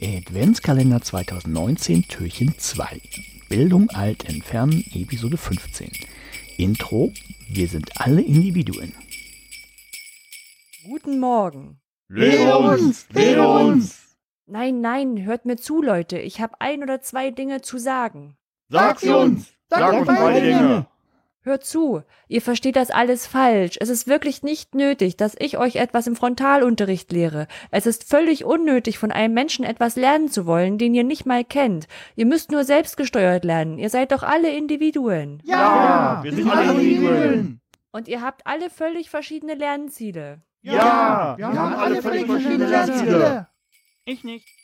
Adventskalender 2019, Türchen 2. Bildung alt entfernen, Episode 15. Intro, wir sind alle Individuen. Guten Morgen. Lebe uns! Lebe uns! Nein, nein, hört mir zu, Leute. Ich habe ein oder zwei Dinge zu sagen. Sag sie uns! Sag uns zwei Dinge! Hört zu, ihr versteht das alles falsch. Es ist wirklich nicht nötig, dass ich euch etwas im Frontalunterricht lehre. Es ist völlig unnötig, von einem Menschen etwas lernen zu wollen, den ihr nicht mal kennt. Ihr müsst nur selbstgesteuert lernen. Ihr seid doch alle Individuen. Ja! Wir sind alle Individuen! Und ihr habt alle völlig verschiedene Lernziele. Ja! Wir haben alle völlig verschiedene Lernziele! Ich nicht.